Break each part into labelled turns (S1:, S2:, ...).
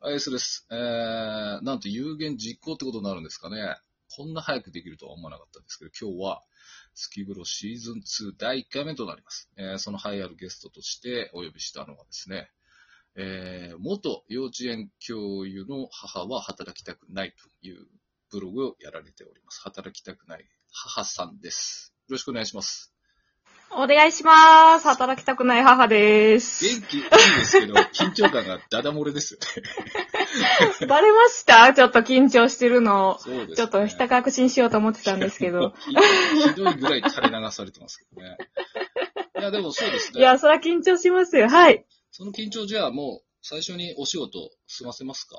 S1: はい、そうです。えー、なんと有言実行ってことになるんですかね。こんな早くできるとは思わなかったんですけど、今日は、月風呂シーズン2第1回目となります。えー、その栄えあるゲストとしてお呼びしたのはですね、えー、元幼稚園教諭の母は働きたくないというブログをやられております。働きたくない母さんです。よろしくお願いします。
S2: お願いします。働きたくない母です。
S1: 元気いいんです けど、緊張感がダダ漏れですよね。
S2: バレましたちょっと緊張してるの。
S1: そうです、ね。
S2: ちょっとひた隠しにしようと思ってたんですけど。
S1: ひどい。ひどいぐらい垂れ流されてますけど ね。いや、でもそうです
S2: い
S1: ね
S2: や、。それは緊張しますよ。はい。
S1: その緊張じゃあもう最初にお仕事済ませますか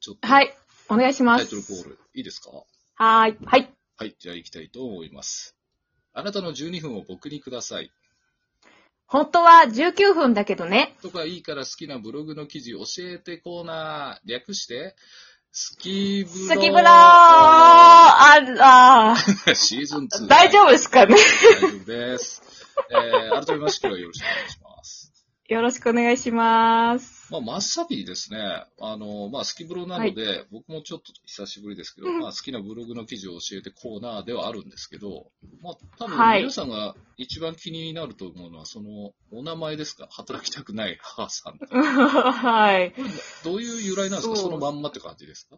S1: ちょっと
S2: は
S1: タ
S2: い。お願いしま
S1: イトルコ
S2: す。
S1: ールいいですか
S2: はーい。はい。
S1: はい、じゃあ行きたいと思います。あなたの12分を僕にください。
S2: 本当は19分だけどね。
S1: とかいいから好きなブログの記事教えてコーナー。略して、スキーブロ
S2: スキブローあら ー
S1: シーズン2。
S2: 大丈夫ですかね
S1: 大丈夫です。えー、改めまして今日はよろしくお願いします。
S2: よろしくお願いします。
S1: まあ、真っ先にですね、あの、まあ、スキブロなので、僕もちょっと久しぶりですけど、
S2: うん
S1: まあ、好きなブログの記事を教えてコーナーではあるんですけど、まあ、多分
S2: はい
S1: 皆さんが一番気になると思うのは、その、お名前ですか 働きたくない母さん。
S2: はい。
S1: どういう由来なんですか
S2: そう
S1: そのまんまって感じですか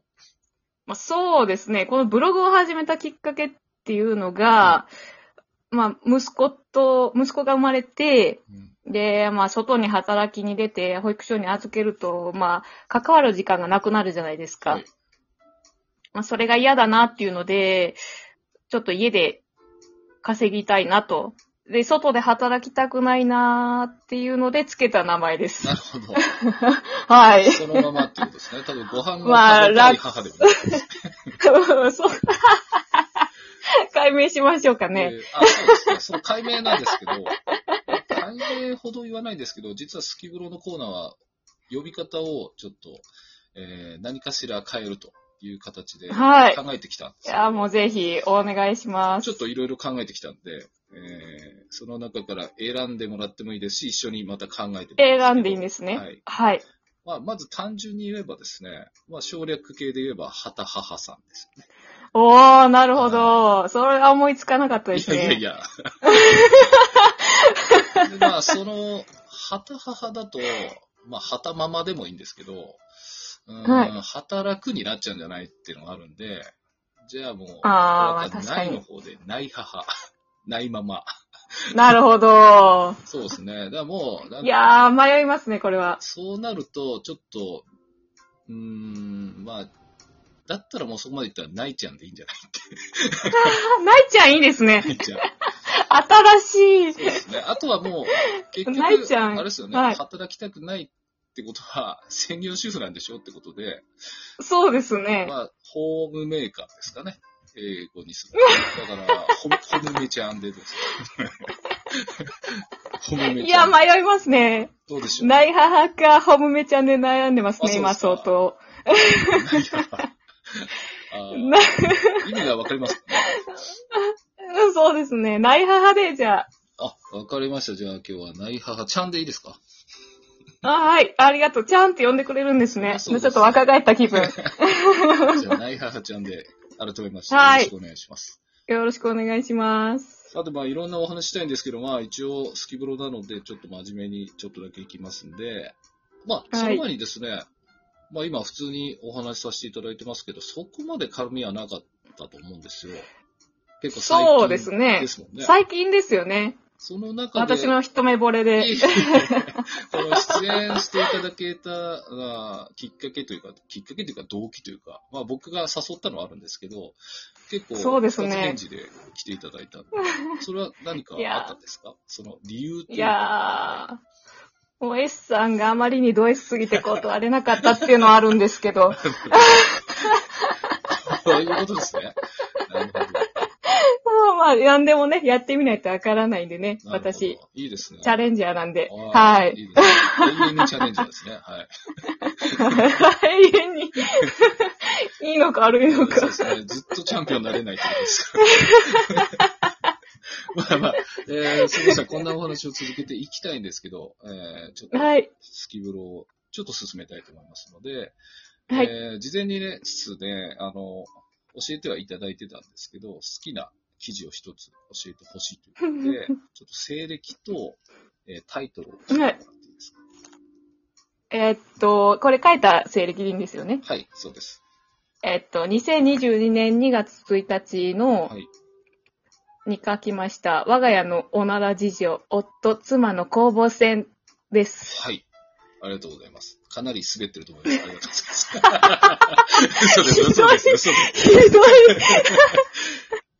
S2: まあ、そうですね。このブログを始めたきっかけっていうのが、まあ、息子と、息子が生まれて、
S1: うん。
S2: で、まあ、外に働きに出て、保育所に預けると、まあ、関わる時間がなくなるじゃないですか。
S1: はい
S2: まあ、それが嫌だなっていうので、ちょっと家で稼ぎたいなと。で、外で働きたくないなっていうので、つけた名前で
S1: な
S2: す。
S1: るほ ど。
S2: はい。
S1: そのままっていうことですね。多分ご飯
S2: ま
S1: が
S2: あ
S1: 食べたい母でもないです
S2: そう。 解明しましょうかね。
S1: えーあ、そうですね。その解明なんですけど、解明ほど言わないんですけど、実はスキブロのコーナーは、呼び方をちょっと、えー何かしら変えるという形で考
S2: はい。
S1: えてきたんです
S2: い
S1: けど
S2: や、もうぜひお願いします。
S1: ちょっといろいろ考えてきたんで、えーその中から選んでもらってもいいですし、一緒にまた考えてもらって
S2: 選んでいいんです
S1: は
S2: ね
S1: い。
S2: はい。
S1: まあ、まず単純に言えばですね、まあ、省略系で言えば、畑母さんですね。
S2: おー、なるほど。それは思いつかなかったです
S1: いやいやい
S2: ね。
S1: や。 でまあ、その、旗母だと、まあ、旗ママでもいいんですけど、うん
S2: はい
S1: 働くになっちゃうんじゃないっていうのがあるんで、じゃあもう、
S2: あー
S1: なん
S2: まあ確
S1: な
S2: かに
S1: いの方で、ない母、ないまま。
S2: なるほど。
S1: そうですね。だからもう、なん
S2: い
S1: か
S2: やー、迷いますね、これは。
S1: そうなると、ちょっと、うーん、まあ、だったらもうそこまでいったら、ないちゃんでいいんじゃない
S2: あないちゃんいいですね。
S1: ないちゃん。
S2: 新し
S1: そう
S2: い。
S1: ですね。あとはもう、結局、
S2: ないちゃん
S1: あれですよね、
S2: はい
S1: 働きたくないってことは、 専業主婦なんでしょってことで、
S2: そうですね。
S1: まあ、ホームメーカーですかね。英語にすると。だから、ホホムメちゃんでどうですか。 ホムメ
S2: い
S1: ちゃ
S2: や、
S1: ん。
S2: 迷いますね。
S1: どうでしょう。
S2: ない母か、ホムメちゃんで悩んでます
S1: あ
S2: ね、
S1: そうで
S2: 今、
S1: すか
S2: 相当。
S1: あー
S2: な
S1: 意味がわかりますかね。
S2: そうですね。ない母で、じゃあ。
S1: あ、わかりました。じゃあ今日は、ない母ちゃんでいいですか
S2: あはい。ありがとう。ちゃんって呼んでくれるんですね。
S1: あ
S2: ち
S1: そう
S2: ょ
S1: で
S2: っ
S1: す
S2: と若返った気分。
S1: じゃあ、ない母ちゃんで、改めまして、よ
S2: は
S1: ろ
S2: い
S1: しくお願いします。
S2: よろしくお願いします。
S1: あと、まあ、いろんなお話したいんですけど、まあ、一応、スキブロなので、ちょっと真面目にちょっとだけいきますんで、まあ、その前にですね、まあ、今、普通にお話しさせていただいてますけど、そこまで絡みはなかったと思うんですよ。結構最
S2: そう
S1: 近
S2: ですね
S1: ですもんね。
S2: 最近ですよね。
S1: その中で、
S2: 私の一目惚れで。
S1: この出演していただけたあーきっかけというか、きっかけというか動機というか、まあ僕が誘ったのはあるんですけど、結構、
S2: そうですね
S1: 二つ返事で来ていただい たんで、それは何かあったんですかその理由という
S2: い
S1: か
S2: やー、もう S さんがあまりにド S すぎて断れなかったっていうのはあるんです けど、
S1: そういうことです ね。なるほど。
S2: まあ、なんでもね、やってみないとわからないんでね、
S1: なるほど
S2: 私、。
S1: いいですね。
S2: チャレンジャーなんで、
S1: あー
S2: はい。
S1: いいですね。永遠にチャレンジャーですね。はい。
S2: 永遠に、 いいのか悪いの
S1: そう
S2: か
S1: で。すね。ずっとチャンピオンになれないってこと ですから。まあまあ、えー、すみません。こんなお話を続けていきたいんですけど、えー、ちょっと、
S2: はい。
S1: スキブロをちょっと進めたいと思いますので、
S2: はい
S1: えー事前にね、ですね、あの、教えてはいただいてたんですけど、好きな記事を一つ教えてほしいということ で、ちょっと西暦と、えータイトルを教えてもらっていいですか、
S2: えーっと、これ書いた西暦でいいんですよね。
S1: はい、そうです。
S2: えーっと、2022年2月1日の、
S1: はい。
S2: に書きました、我が家のおなら事情、夫、妻の攻防戦です。
S1: はい。ありがとうございます。かなり滑ってると思い ます。ありがとうございます。そうです、そうです、そうです。
S2: ひどい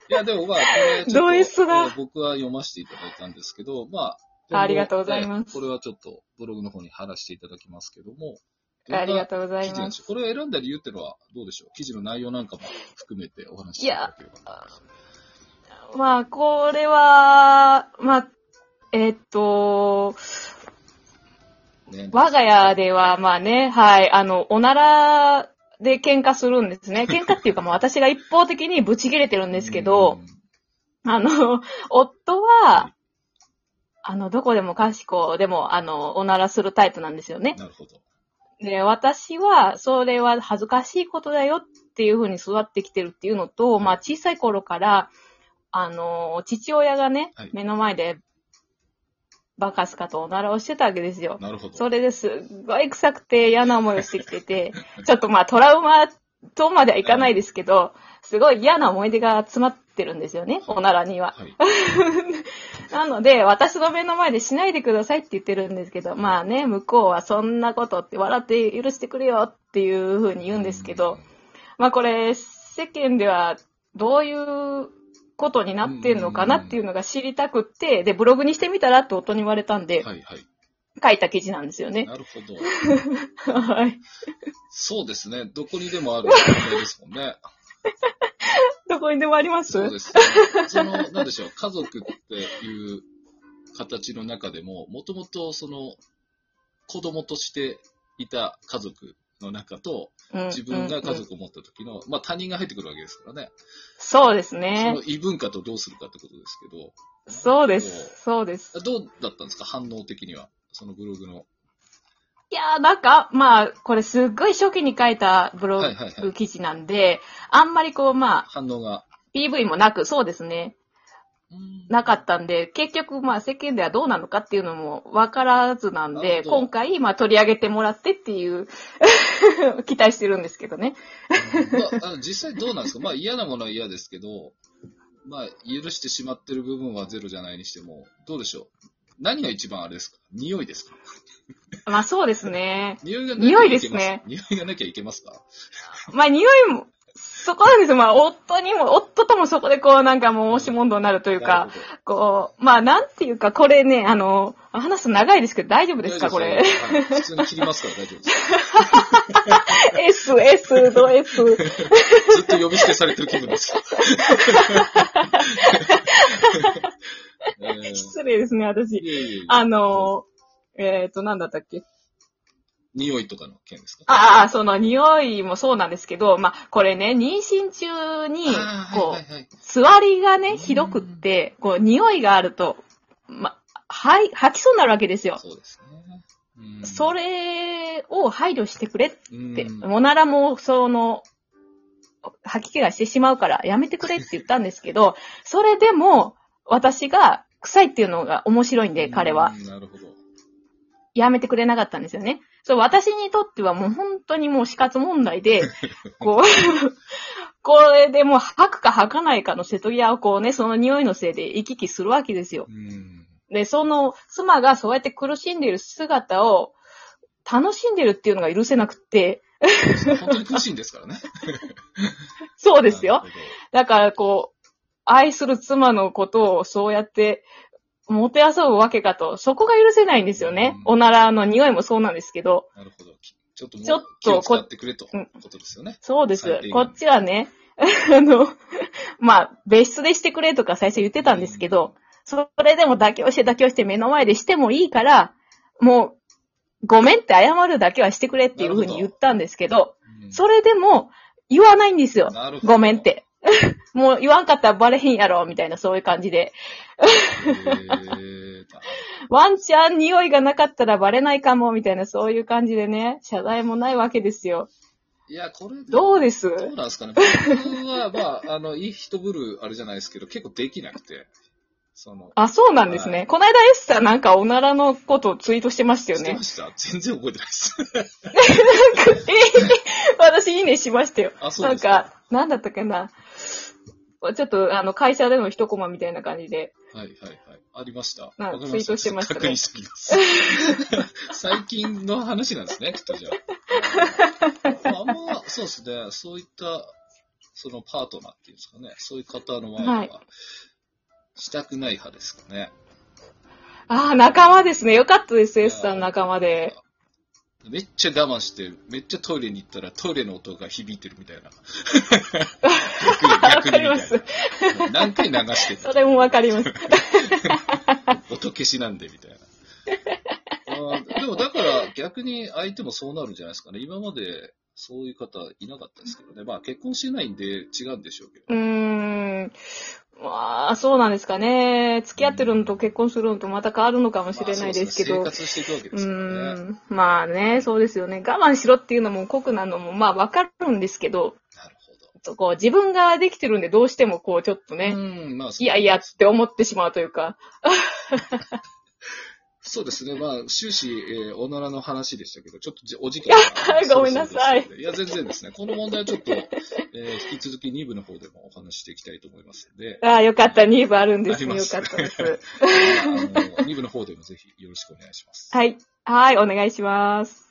S1: いや、でもまあ、これちょっ
S2: ド
S1: と、え
S2: S だ
S1: ー僕は読ませていただいたんですけど、まあ、
S2: あありがとうございます
S1: えーこれはちょっとブログの方に貼らせていただきますけども、
S2: ありが
S1: と
S2: とうござ
S1: う
S2: います。
S1: す。これを選んだ理由ってのはどうでしょう記事の内容なんかも含めてお話しいただければなと思います。
S2: まあ、これは、まあ、えっと、
S1: ね
S2: 我が家では、まあね、はい、あの、おならで喧嘩するんですね。喧嘩っていうか、まあ私が一方的にブチ切れてるんですけど、、あの、夫は、あの、どこでもかしこでも、あの、おならするタイプなんですよ
S1: う
S2: ね
S1: ん。なるほど。
S2: で、私は、それは恥ずかしいことだよっていうふうに育ってきてるっていうのと、まあ小さい頃から、あの、父親がね、
S1: はい
S2: 目の前で、バカスカとおならをしてたわけですよ。
S1: なるほど。
S2: それですっごい臭くて嫌な思いをしてきてて、 ちょっとまあトラウマとまではいかないですけど、すごい嫌な思い出が詰まってるんですよね、おならには。
S1: はい。
S2: なので、私の目の前でしないでくださいって言ってるんですけど、まあね、向こうはそんなことって笑って許してくれよっていうふうに言うんですけど、まあこれ、世間ではどういうことになってんのかなっていうのが知りたくって、で、ブログにしてみたらって夫に言われたん
S1: うん。
S2: で、
S1: はい、はい。
S2: 書いた記事なんですよね。
S1: なるほど。
S2: はい。
S1: そうですね。どこにでもある問題ですもん ね。
S2: どこにでもあります
S1: そうです、ね。その、なんで しょう、家族っていう形の中でも、もともとその、子供としていた家族の中と、
S2: うん
S1: 自分が家
S2: うんうん
S1: 族を持った時の、まあ他人が入ってくるわけですからね。
S2: そうです
S1: そ
S2: ね
S1: の。異文化とどうするかってことですけど、
S2: そうです。そうです。
S1: どうだったんですか反応的には。そのブログの。
S2: いやー、なんか、まあ、これすっごい初期に書いたブロ
S1: はいはいは
S2: グ記事なんで、あんまりこう、まあ、
S1: 反応が。
S2: PV もなく、そうですね、
S1: うん
S2: なかったんで、結局、まあ、世間ではどうなのかっていうのもわからずなん
S1: なる
S2: で、
S1: ほど
S2: 今回、まあ、取り上げてもらってっていう、 期待してるんですけどね。
S1: まあ、あの実際どうなんですかまあ嫌なものは嫌ですけど、まあ許してしまってる部分はゼロじゃないにしても、どうでしょう何が一番あれですか匂いですか
S2: まあ、そうですね。
S1: 匂いが
S2: 匂いですね
S1: なきゃいけます。匂いがなきゃいけますか
S2: まあ、匂いも、そこなんですよ。まあ、夫にも、夫ともそこでこう、なんかもう、押し問答になると
S1: と
S2: いうか、こう、まあ、なんていうか、これね、あの、話すの長いですけど、大丈夫ですか、これ。
S1: 普通に切りますから大丈夫です。
S2: S、S、ド S。
S1: ずっと呼び捨てされてる気分 です。えー
S2: 失礼ですね、私。
S1: いえいえ
S2: あの、えっ、と、なんだったっけ
S1: 匂いとかの件ですか
S2: ああ、その匂いもそうなんですけど、まあ、これね、妊娠中に、
S1: あー
S2: こ
S1: はいはいはい、
S2: う、座りが
S1: うん
S2: ね、ひどくって、こう、匂いがあると、ま、はい、吐きそうになるわけですよ。
S1: そうですね。うん
S2: それを配慮してくれって、
S1: うん
S2: モナラもその、吐き気がしてしまうからやめてくれって言ったんですけど、それでも私が臭いっていうのが面白いんで、彼は
S1: う。んなるほど。
S2: やめてくれなかったんですよね。そう、私にとってはもう本当にもう死活問 題で、こう、 これでもう吐くか吐かないかの瀬戸際をこうね、その匂いのせいで行き来するわけですよ。
S1: うん
S2: で、その妻がそうやって苦しんでいる姿を楽しんでるっていうのが許せなくって、
S1: 本当に苦しいんですからね。
S2: そうですよ
S1: な。るほど。
S2: だからこう、愛する妻のことをそうやって、もてあそぶわけかと、そこが許せないんですよね。
S1: うん
S2: おならの匂いもそうなんですけど。
S1: なるほど。きちょっともう
S2: ちょっ
S1: 気を
S2: と
S1: 使
S2: こ
S1: ってくれと
S2: うん
S1: ことですよね。
S2: そうです
S1: 最低。限
S2: こっちはね、 あの、まあ、別室でしてくれとか最初言ってたんですけど、それでも妥協して妥協して目の前でしてもいいから、もう、ごめんって謝るだけはしてくれっていうふうに言ったんですけど、
S1: うん
S2: それでも、言わないんですよ。
S1: なるほど
S2: ごめんっ。て。 もう言わんかったらバレへんやろ、みたいな、そういう感じで。
S1: へーなる
S2: ワンチャン匂いがなかったらバレないかも、みたいな、そういう感じでね、謝罪もないわけですよ。
S1: いや、これで
S2: どうです
S1: どうなんですかね。僕は、まあ、あの、いい人ぶる、あれじゃないですけど、結構できなくて。その、
S2: あ、そうなんですね。
S1: はい
S2: この間エッサなんかおならのことツイートしてましたよ
S1: して
S2: ね
S1: ま。した全然覚えてないです。
S2: 私いいねしましたよ。
S1: あ、そう
S2: なん
S1: ですか。
S2: か、なんだったっけな。ちょっと、あの、会社での一コマみたいな感じで。
S1: はいはいはい。ありました。
S2: なんか
S1: わかりま
S2: ツイートしてましたね
S1: 確認してきます。 最近の話なんですね、きっとじゃあ。あんま、そうですね、そういった、そのパートナーっていうんですかね、そういう方の前では、
S2: はい
S1: したくない派ですかね。
S2: ああ、仲間ですね。よかったです、エッサの仲間で。
S1: めっちゃ我慢して、めっちゃトイレに行ったらトイレの音が響いてるみたい な。逆に逆にみたいな。何回流して た
S2: それもわかり ます。
S1: 音消しなんで、みたいな。 あーでもだから逆に相手もそうなるんじゃないですかね。今までそういう方いなかったですけどね。まあ結婚してないんで違うんでしょうけど。
S2: うーん。まあ、そうなんですかね。付き合ってるのと結婚するのとまた変わるのかもしれないですけど。
S1: まあそうですね生活していくわけで
S2: う
S1: すからね。
S2: ーんまあね、そうですよね。我慢しろっていうのも酷なのも、まあわかるんですけど、
S1: なるほど。
S2: ちょっとこう自分ができてるんでどうしてもこうちょっとね、
S1: うん、まあそう
S2: いやいやって思ってしまうというか、
S1: そうですね。まあ終始、えーおならの話でしたけど、ちょっとじお時間が
S2: ごめんなさい
S1: そうそうですのでいや、全然ですね。この問題はちょっと、えー引き続き2部の方でもお話ししていきたいと思いますの で。
S2: ああ、よかった、2部あるんです
S1: あり
S2: ね。よ
S1: ます
S2: かったです。
S1: あの、2部の方でもぜひよろしくお願いします。
S2: はい。はい、お願いします。